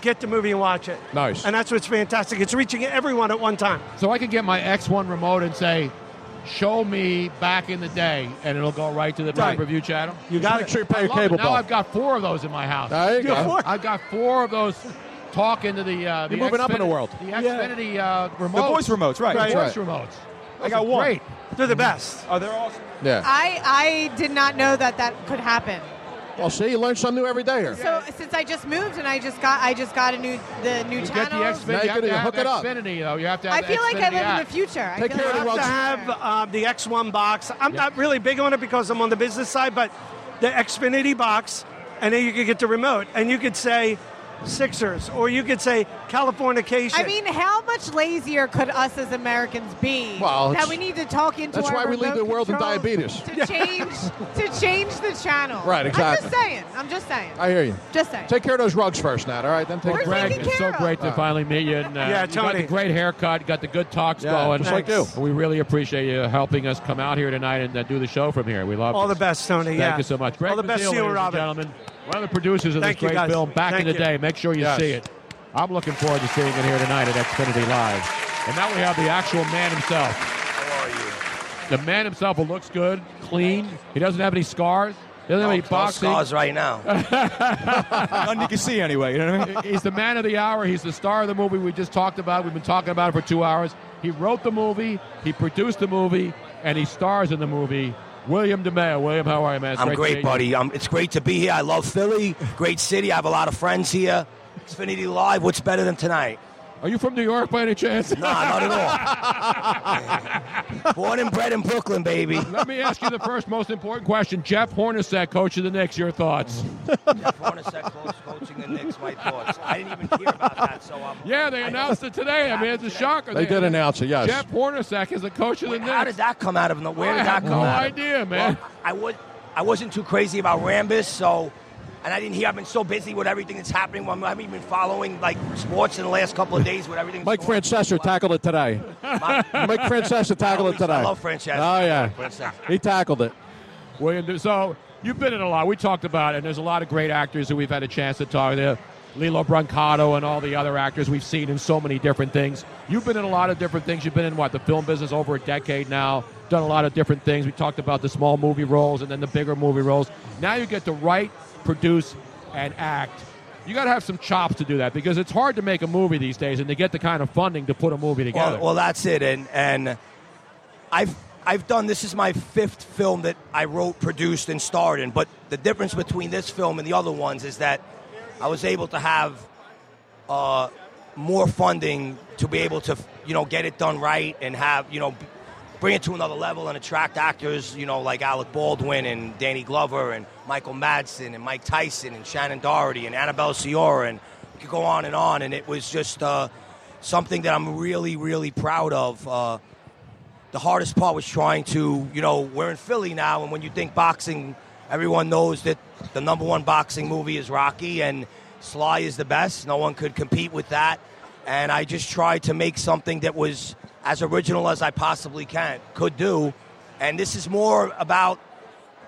get the movie and watch it. Nice. and that's what's fantastic. It's reaching everyone at one time. So I could get my X1 remote and say, "Show me back in the day," and it'll go right to the Right. pay-per-view channel. You got Make it. sure you pay I your love it. cable now bill. I've got four of those in my house. There you You're go. four. I've got four of those talking to the. Uh, the You're moving up in the Xfinity- world. The Xfinity uh, remote. The voice remotes, right? The Right. voice remotes. I got one. Great. They're the best. Are they awesome? Yeah. I I did not know that that could happen. Well, see, you learn something new every day here. So since I just moved and I just got I just got a new the new You channel. get the Xfinity. Now you gotta you have to have hook it up. Xfinity though. You have to. I Have the feel like I Xfinity live in app. the future. Take I care feel of the world. have like I'm to in have future. uh, the X1 box. I'm not really big on it because I'm on the business side, but the Xfinity box, and then you could get the remote, and you could say Sixers, or you could say Californication. *laughs* I mean, how much lazier could us as Americans be Well, that it's- we need to talk into that's our why we lead remote the world in controls diabetes. to change to change the channel. Right, I'm exactly. just saying. I'm just saying. I hear you. just saying. Take care of those rugs first, Nat. All right, then take We're care. Greg, taking it's so care of. great to finally meet you. And, uh, Yeah, You got Tony. the great haircut, got the good talks Yeah, going. just like Thanks. We really appreciate you helping us come out here tonight and uh, do the show from here. We love all it. the best, Tony. Thank yeah. you so much. Greg all the best Mazzeo, to you, ladies and Robin. Gentlemen, One of the producers of Thank you, this great guys. film back Thank in the you. day. Make sure you Yes. see it. I'm looking forward to seeing it here tonight at Xfinity Live. And now we have the actual man himself. How are you? The man himself who looks good, clean. He doesn't have any Oh, scars. Doesn't have any boxing. Scars right *laughs* now. None you can see anyway. You know what I mean? He's the man of the hour. He's the star of the movie we just talked about. We've been talking about it for two hours. He wrote the movie, he produced the movie, and he stars in the movie. William DeMeo. William, how are you, man? It's I'm to meet great, you. buddy. Um, it's great to be here. I love Philly. Great city. I have a lot of friends here. Xfinity Live. What's better than tonight? Are you from New York by any chance? Nah, not at *laughs* all. Born and bred in Brooklyn, baby. Let me ask you the first most important question. Jeff Hornacek, coach of the Knicks, your thoughts? Hornacek close coaching the Knicks. My thoughts. I didn't even hear about that, so um, I'm. Yeah, they announced it today. I mean, it's a shocker. They did announce it, yes. Jeff Hornacek is the coach of the Knicks. How did that come out of nowhere? I Where did that have come no out? of? idea, man. Well, I was I wasn't too crazy about Rambus, so and I didn't hear. I've been so busy with everything that's happening. I haven't even been following like sports in the last couple of days with everything. Mike Francesa tackled it today. Mike Francesa tackled it Always- I today. love Francesa. Oh yeah, Francesa. he tackled it. William. So you've been in a lot. We talked about it, and there's a lot of great actors who we've had a chance to talk to. Lilo Brancato and all the other actors we've seen in so many different things. You've been in a lot of different things. You've been in what the film business over a decade now. Done a lot of different things. We talked about the small movie roles and then the bigger movie roles. Now you get to write, produce, and act. You got to have some chops to do that because it's hard to make a movie these days and to get the kind of funding to put a movie together. Well, well, that's it, and and I've I've done. This is my fifth film that I wrote, produced, and starred in. But the difference between this film and the other ones is that I was able to have uh, more funding to be able to you know get it done right and have you know b- bring it to another level and attract actors you know like Alec Baldwin and Danny Glover and Michael Madsen and Mike Tyson and Shannon Doherty and Annabelle Ciora and we could go on and on and it was just uh, something that I'm really really proud of. Uh, the hardest part was trying to, you know, we're in Philly now, and when you think boxing, everyone knows that the number one boxing movie is Rocky, and Sly is the best. No one could compete with that. And I just tried to make something that was as original as I possibly can could do. And this is more about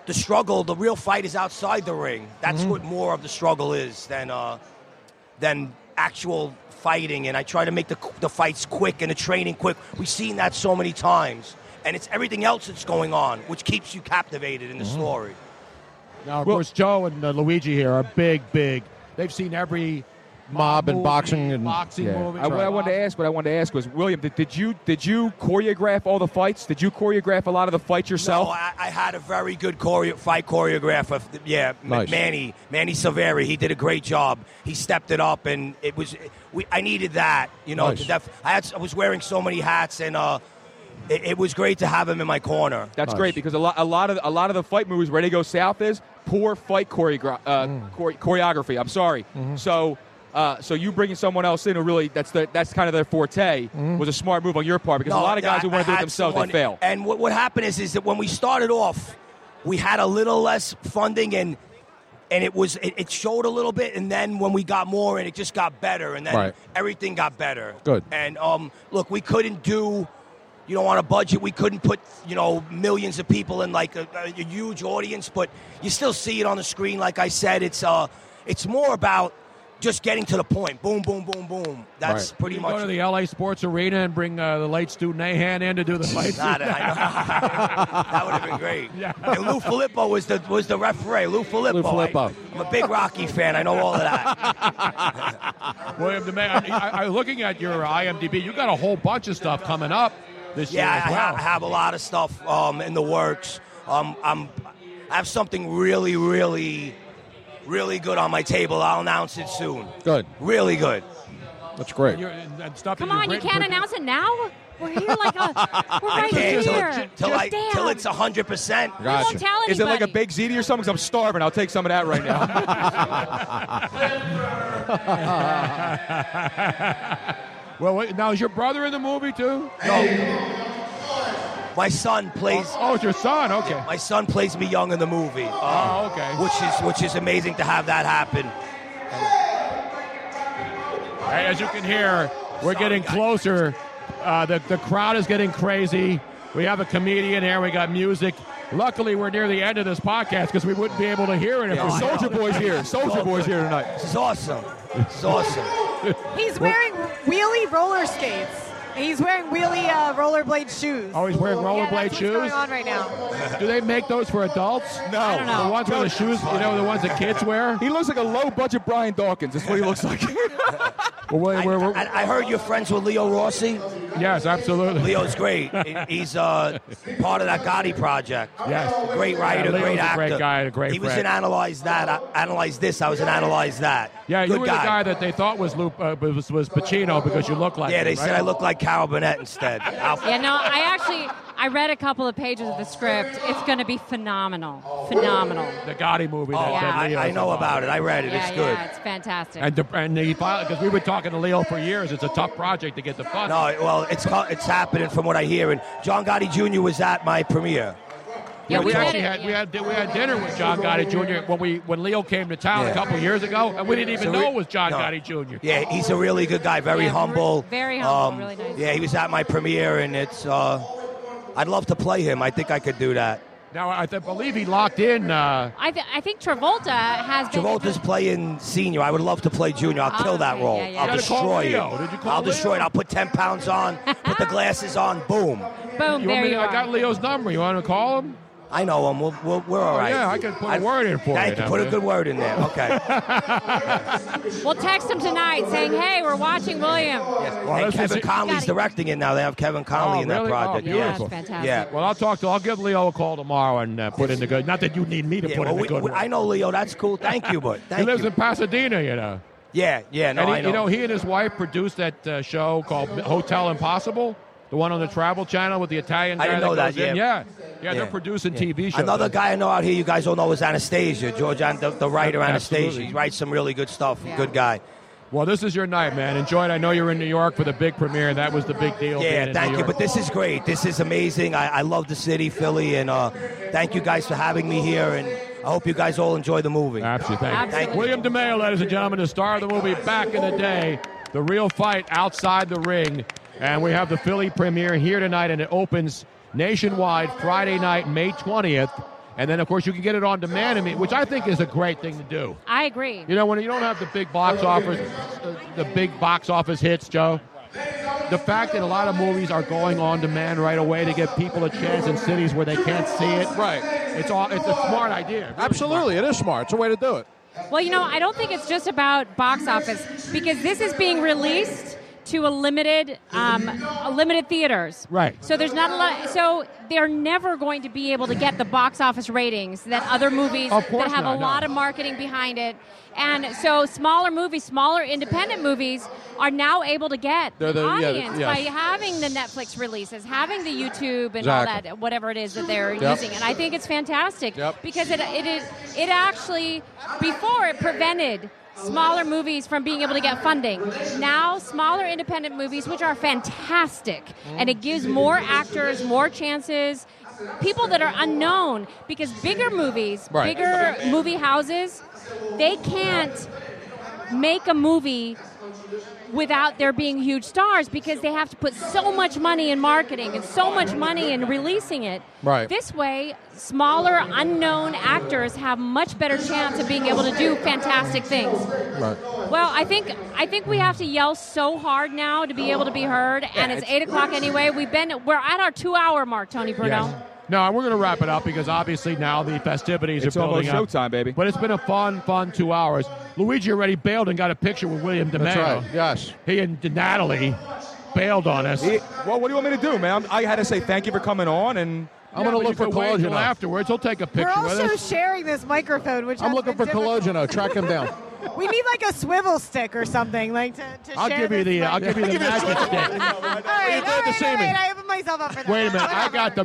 the struggle. The real fight is outside the ring. That's what more of the struggle is than uh, than actual fighting. And I try to make the, the fights quick and the training quick. We've seen that so many times. And it's everything else that's going on, which keeps you captivated in the story. Now, of course, Joe and uh, Luigi here are big, big. They've seen every Mob and movie, boxing and- boxing yeah. movie. I, what I wanted to ask, what I wanted to ask was, William, did, did you did you choreograph all the fights? Did you choreograph a lot of the fights yourself? No, Oh, I, I had a very good choreo- fight choreographer. F- Yeah, M- Nice. Manny, Manny Silveri. He did a great job. He stepped it up, and it was. We, I needed that, you know. Nice. To def- I, had, I was wearing so many hats, and uh, it, it was great to have him in my corner. That's great because a lot, a lot of a lot of the fight movies Ready to Go South is poor fight choreogra- uh, Mm. chore- choreography. I'm sorry. Mm-hmm. So, uh, so you bringing someone else in who really that's the that's kind of their forte Mm-hmm. was a smart move on your part because a No, lot of guys who I- want to do I it had themselves someone- they fail. And what, what happened is is that when we started off, we had a little less funding and and it was it, it showed a little bit and then when we got more and it just got better and then Right. everything got better. Good. And um look, we couldn't do you know, on a budget, we couldn't put you know millions of people in like a, a huge audience, but you still see it on the screen. Like I said, it's uh, it's more about just getting to the point. Boom, boom, boom, boom. That's Right. pretty You much go to the LA Sports Arena and bring uh, the late Stu Nahan in to do the fight. Not it. *laughs* that would have been great. *laughs* Yeah. And Lou Filippo was the was the referee. Lou Filippo. Filippo. I, am a big Rocky fan. I know all of that. *laughs* William DeMay, I, I, am looking at your IMDb. You got a whole bunch of stuff coming up this Yeah, year I, as ha- well. I have a lot of stuff um, in the works. Um, I'm I have something really, really, really good on my table. I'll announce it soon. Good. Really good. That's great. You're- and- *laughs* and stuff *laughs* Come that you've on, you written can't for- announce it now. We're here *laughs* like a. We're right Can't till, here. it- till, I, Damn. till it's hundred percent. We won't Gotcha. tell anybody. Is it like a baked ziti or something? 'Cause I'm starving. I'll take some of that right now. *laughs* *laughs* *laughs* *laughs* Well, wait, now is your brother in the movie too? No. My son plays. Oh, it's your son. Okay. My son plays me young in the movie. Uh, Oh, okay. which is which is amazing to have that happen. Hey, as you can hear, we're Sorry, getting guys. closer. Uh, the, the crowd is getting crazy. We have a comedian here. We got music. Luckily, we're near the end of this podcast because we wouldn't be able to hear it if Yeah. we Soldier Boy's here. Soldier Boy's here tonight. This is awesome. This *laughs* is awesome. He's wearing wheelie roller skates. He's wearing wheelie uh, rollerblade shoes. Oh, he's wearing yeah, that's rollerblade what's shoes. going on right now. Do they make those for adults? No. I don't know. The ones with the shoes, you know, the ones that *laughs* kids wear. He looks like a low budget Brian Dawkins. That's what he looks like. Well, we're- we're- we're- I, I heard you're friends with Leo Rossi. *laughs* yes, absolutely. Leo's great. He- He's uh, part of that Gotti project. Oh, Yes. Great writer, Yeah, Leo's great a actor. great guy and a great He was friend. in Analyze That, I, Analyze This. I was in Analyze That. Yeah, Good you were the guy that they thought was Lupe, uh, was, was Pacino because you look like yeah, him, they right? said I look like Carol Burnett instead. Alf- Yeah, no, *laughs* I actually I read a couple of pages of the script. It's going to be phenomenal, phenomenal. the Gotti movie. that, Oh, that I, Leo's I know involved about it. I read it. yeah, it's good. yeah, it's fantastic. And the, and the pilot, because we've been talking to Leo for years, it's a tough project to get the funds. No, well, it's co- it's happening from what I hear. And John Gotti Jr. was at my premiere. yeah, we, we read actually it, had yeah. we had we had dinner with John Gotti Jr. when we when Leo came to town a Yeah. couple years ago, and we didn't even So know we- it was John no. Gotti Jr. Yeah, he's a really good guy. Very Yeah, humble. Um, very humble, really nice. Yeah, he was at my premiere, and it's. Uh, I'd love to play him. I think I could do that. Now I th- believe he locked in. Uh, I, th- I think Travolta has been Travolta's playing senior. I would love to play junior. I'll kill that Okay, role. Oh, yeah, yeah. You I'll gotta call destroy it. Leo. Did you call I'll destroy it. Leo? I'll put 10 pounds on, put *laughs* the glasses on, Boom, boom. you want there me you to- are. I got Leo's number. You want to call him? I know him. We'll, we'll, we're all right. Oh, yeah, I can put a word in for I you can now, put a man. good word in there. *laughs* Okay. *laughs* We'll text him tonight saying, hey, we're watching William. well, and this is Kevin it. Conley's directing it now. They have Kevin Conley Oh, in really? that project. Oh, Yeah. Yeah, it's Beautiful. fantastic. Yeah. Well, I'll talk to. I'll give Leo a call tomorrow and uh, put in the good. Not that you need me to Yeah, put well, in the we, good. we- word. I know, Leo. That's cool. Thank you, *laughs* but he thank lives you. in Pasadena, you know. yeah, yeah. No, and he, I know. you know, he and his wife produced that uh, show called Hotel Impossible, the one on the Travel Channel with the Italian guy I didn't know that goes that, in. yeah. Yeah. yeah, they're Yeah. producing Yeah. TV shows. Another guy I know out here, you guys all know, is Anastasia, George, An- the, the writer Absolutely. Anastasia. He writes some really good stuff. Good guy. Well, this is your night, man. Enjoy it. I know you're in New York for the big premiere. That was the big deal. being Yeah, in thank New you. York. But this is great. This is amazing. I, I love the city, Philly, and uh, thank you guys for having me here. And I hope you guys all enjoy the movie. Absolutely. Thank you. Absolutely. William DeMeo, ladies and gentlemen, the star of the movie Back in the Day, The Real Fight Outside the Ring. And we have the Philly premiere here tonight, and it opens nationwide Friday night, May 20th. And then, of course, you can get it on demand, I mean, which I think is a great thing to do. I agree. You know, when you don't have the big box office, uh, the big box office hits, Joe. The fact that a lot of movies are going on demand right away to give people a chance in cities where they can't see it. Right. It's all. It's a smart idea. Really Absolutely, it is smart. It's a way to do it. Well, you know, I don't think it's just about box office because this is being released to a limited, um, a limited theaters. Right. So there's not a lot. So they're never going to be able to get the box office ratings that other movies Of course that have not, a no. lot of marketing behind it. And so smaller movies, smaller independent movies are now able to get They're the- an yeah, audience yes. by having the Netflix releases, having the YouTube and all Exactly. that, whatever it is that they're Yep. using. And I think it's fantastic Yep. because it, it is it actually before it prevented smaller movies from being able to get funding. Now smaller independent movies which are fantastic and it gives more actors more chances people that are unknown because bigger movies, Right. bigger movie houses, they can't make a movie without there being huge stars because they have to put so much money in marketing and so much money in releasing it. Right. This way, smaller, unknown actors have much better chance of being able to do fantastic things. Right. Well, I think I think we have to yell so hard now to be able to be heard, and it's eight o'clock anyway. We've been we're at our two-hour mark, Tony Bruno. Yes. No, and we're going to wrap it up because obviously now the festivities It's are building almost up. showtime, baby. But it's been a fun, fun two hours. Luigi already bailed and got a picture with William DeMeo. That's right. Yes. He and Natalie bailed on us. He- well, what do you want me to do, man? I had to say thank you for coming on, and I'm gonna but you look for could wait till Collagenol. afterwards. He'll take a picture We're with also us. sharing this microphone, which I'm has looking for been difficult. Cologeno. Track him down. *laughs* We need like a swivel stick or something, like to, to I'll share give you this the. I'll mic. give *laughs* you the magic stick. all right, all glad to right, see all me. right. I opened myself up for that. Wait a minute. I got the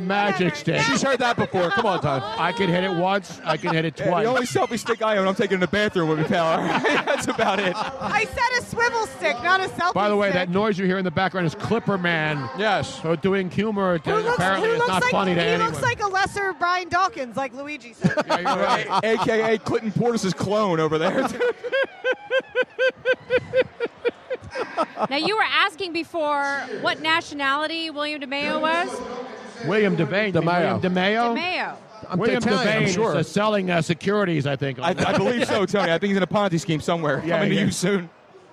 Whatever. magic stick. She's heard that before. Come on, Tom. I can hit it once. I can hit it Yeah, twice. the only selfie stick I own, I'm taking in the bathroom with me, pal. all right? *laughs* That's about it. I said a swivel stick, not a selfie. By the way, stick. that noise you hear in the background is Clipper Man. Yes. So doing humor Who looks, apparently who is looks not like, funny to He anyone. looks like a lesser Brian Dawkins, like Luigi said. *laughs* Yeah, you're *laughs* right. AKA Clinton Portis's clone over there. *laughs* *laughs* Now you were asking before what nationality William DeMeo was. William DeVane. DeMeo. William DeMeo. DeMeo. I'm William telling you, I'm Devane sure. is uh, selling uh, securities, I think. I, I believe so, Tony. I think he's in a Ponzi scheme somewhere. Coming to you soon.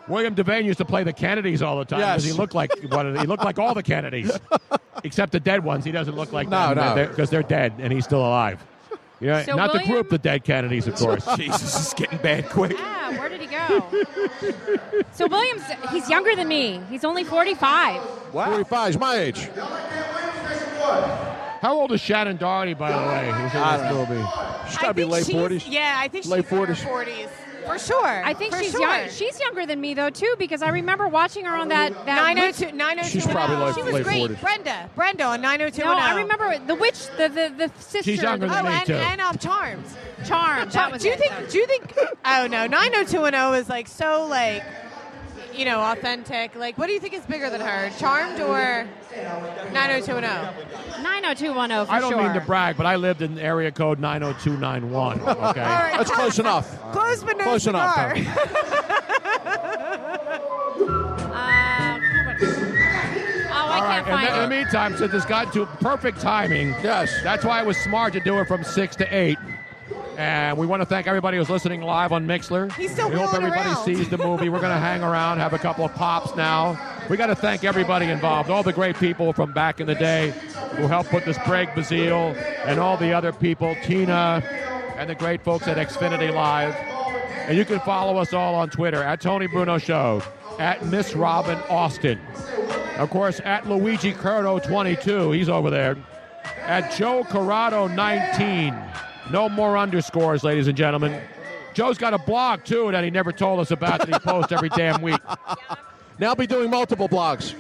William Devane used to play the Kennedys all the time because Yes. he looked like one of the, he looked like all the Kennedys, *laughs* except the dead ones. He doesn't look like No, no. because they're dead and he's still alive. You know, So not the William- group, the dead Kennedys, of course. Jesus, it's getting bad quick. Yeah, where did he go? *laughs* so Williams, he's younger than me. He's only 45. 45 is my age. How old is Shannon Doherty, by the way? Who's in I this don't know. movie? She's got to be think late she's- 40s. Yeah, I think she's Late late 40s. 40s. For sure. I think For she's sure. young, she's younger than me though too because I remember watching her on that that 902 902 She's probably like She was late great. 40s. Brenda. Brenda on No, 90210. I remember the witch, the the, the sister. younger the- than Oh, me, and, too. and off Charms. Charm. That was do you it. think? Do you think? Oh no, 90210 is like so like, you know, authentic. Like, what do you think is bigger than her, Charmed or 90210? 90210 for I don't sure. mean to brag, but I lived in area code *laughs* 90291. Okay. That's close enough. Close but no Close enough, cigar. Tom. *laughs* Um, oh, I All can't find right. In the, in it. the meantime, since this got to perfect timing, Yes. that's why it was smart to do it from six to eight. And we want to thank everybody who's listening live on Mixler. He's still we hope wheeling everybody around. sees the movie. We're going to hang around, have a couple of pops now. We got to thank everybody involved, all the great people from back in the day who helped put this Craig Bazile and all the other people, Tina, and the great folks at Xfinity Live. And you can follow us all on Twitter at Tony Bruno Show, at Miss Robin Austin, of course at Luigi Curto 22. He's over there at Joe Corrado 19. No more underscores, ladies and gentlemen. Joe's got a blog too that he never told us about that he posts every damn week. Now I'll be doing multiple blogs.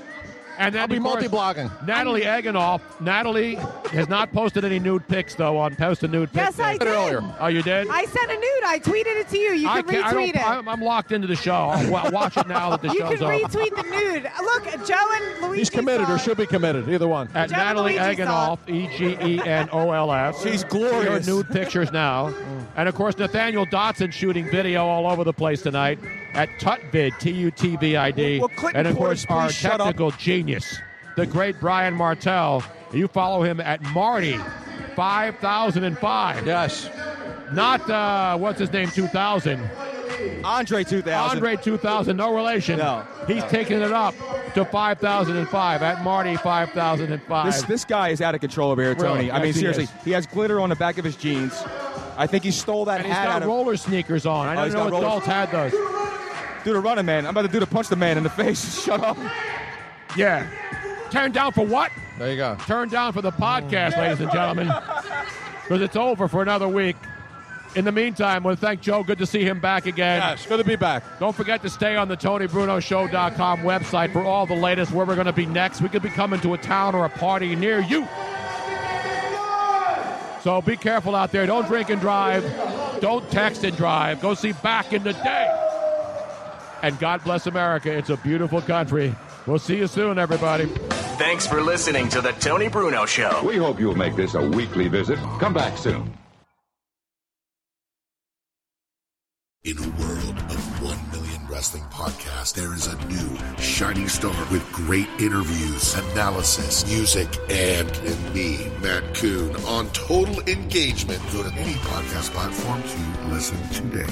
And then I'll be of course, multi-blogging. Natalie Eganoff. Natalie has not posted any nude pics though on post a nude pic. Yes, I day. did. Earlier. Oh, you did. I sent a nude. I tweeted it to you. You I can can't- I retweet don't- it. I'm, I'm locked into the show. I'll wa- watch it now that *laughs* the you show's can over. retweet the nude. Look, Joe and Luigi. He's committed saw or it. should be committed, either one. At Jeff and Natalie Luigi Eganoff, E G E N O L F. She's Here glorious. are nude *laughs* pictures now. and of course, Nathaniel Dotson shooting video all over the place tonight at TutVid, T U T V I D. Will- will Clinton And of course, Portis please our shut up? technical genius, the great Brian Martell. You follow him at Marty. 5005. Yes. Not, uh, what's his name, 2000. Andre 2000. Andre 2000, no relation. No. He's taking it up to 5005 at Marty 5005. This, this guy is out of control over here, Tony. Really? I mean, Yes, he seriously, is. he, has glitter on the back of his jeans. I think he stole that And he's hat out got of. roller sneakers on. I Oh, don't he's know got roller- adults had those. Dude, a running man. I'm about to do to punch the man in the face. *laughs* Shut up. Yeah. Turned down for what? There you go. Turned down for the podcast, ladies and gentlemen, because it's over for another week. In the meantime, want to thank Joe. Good to see him back again. Yes. Good to be back. Don't forget to stay on the TonyBrunoShow.com website for all the latest where we're going to be next. We could be coming to a town or a party near you. So be careful out there. Don't drink and drive. Don't text and drive. Go see Back in the Day. And God bless America. It's a beautiful country. We'll see you soon, everybody. Thanks for listening to The Tony Bruno Show. We hope you'll make this a weekly visit. Come back soon. In a world of 1 million wrestling podcasts, there is a new shining star with great interviews, analysis, music, and, and me, Matt Coon, on total engagement. Go to any podcast platform to listen today.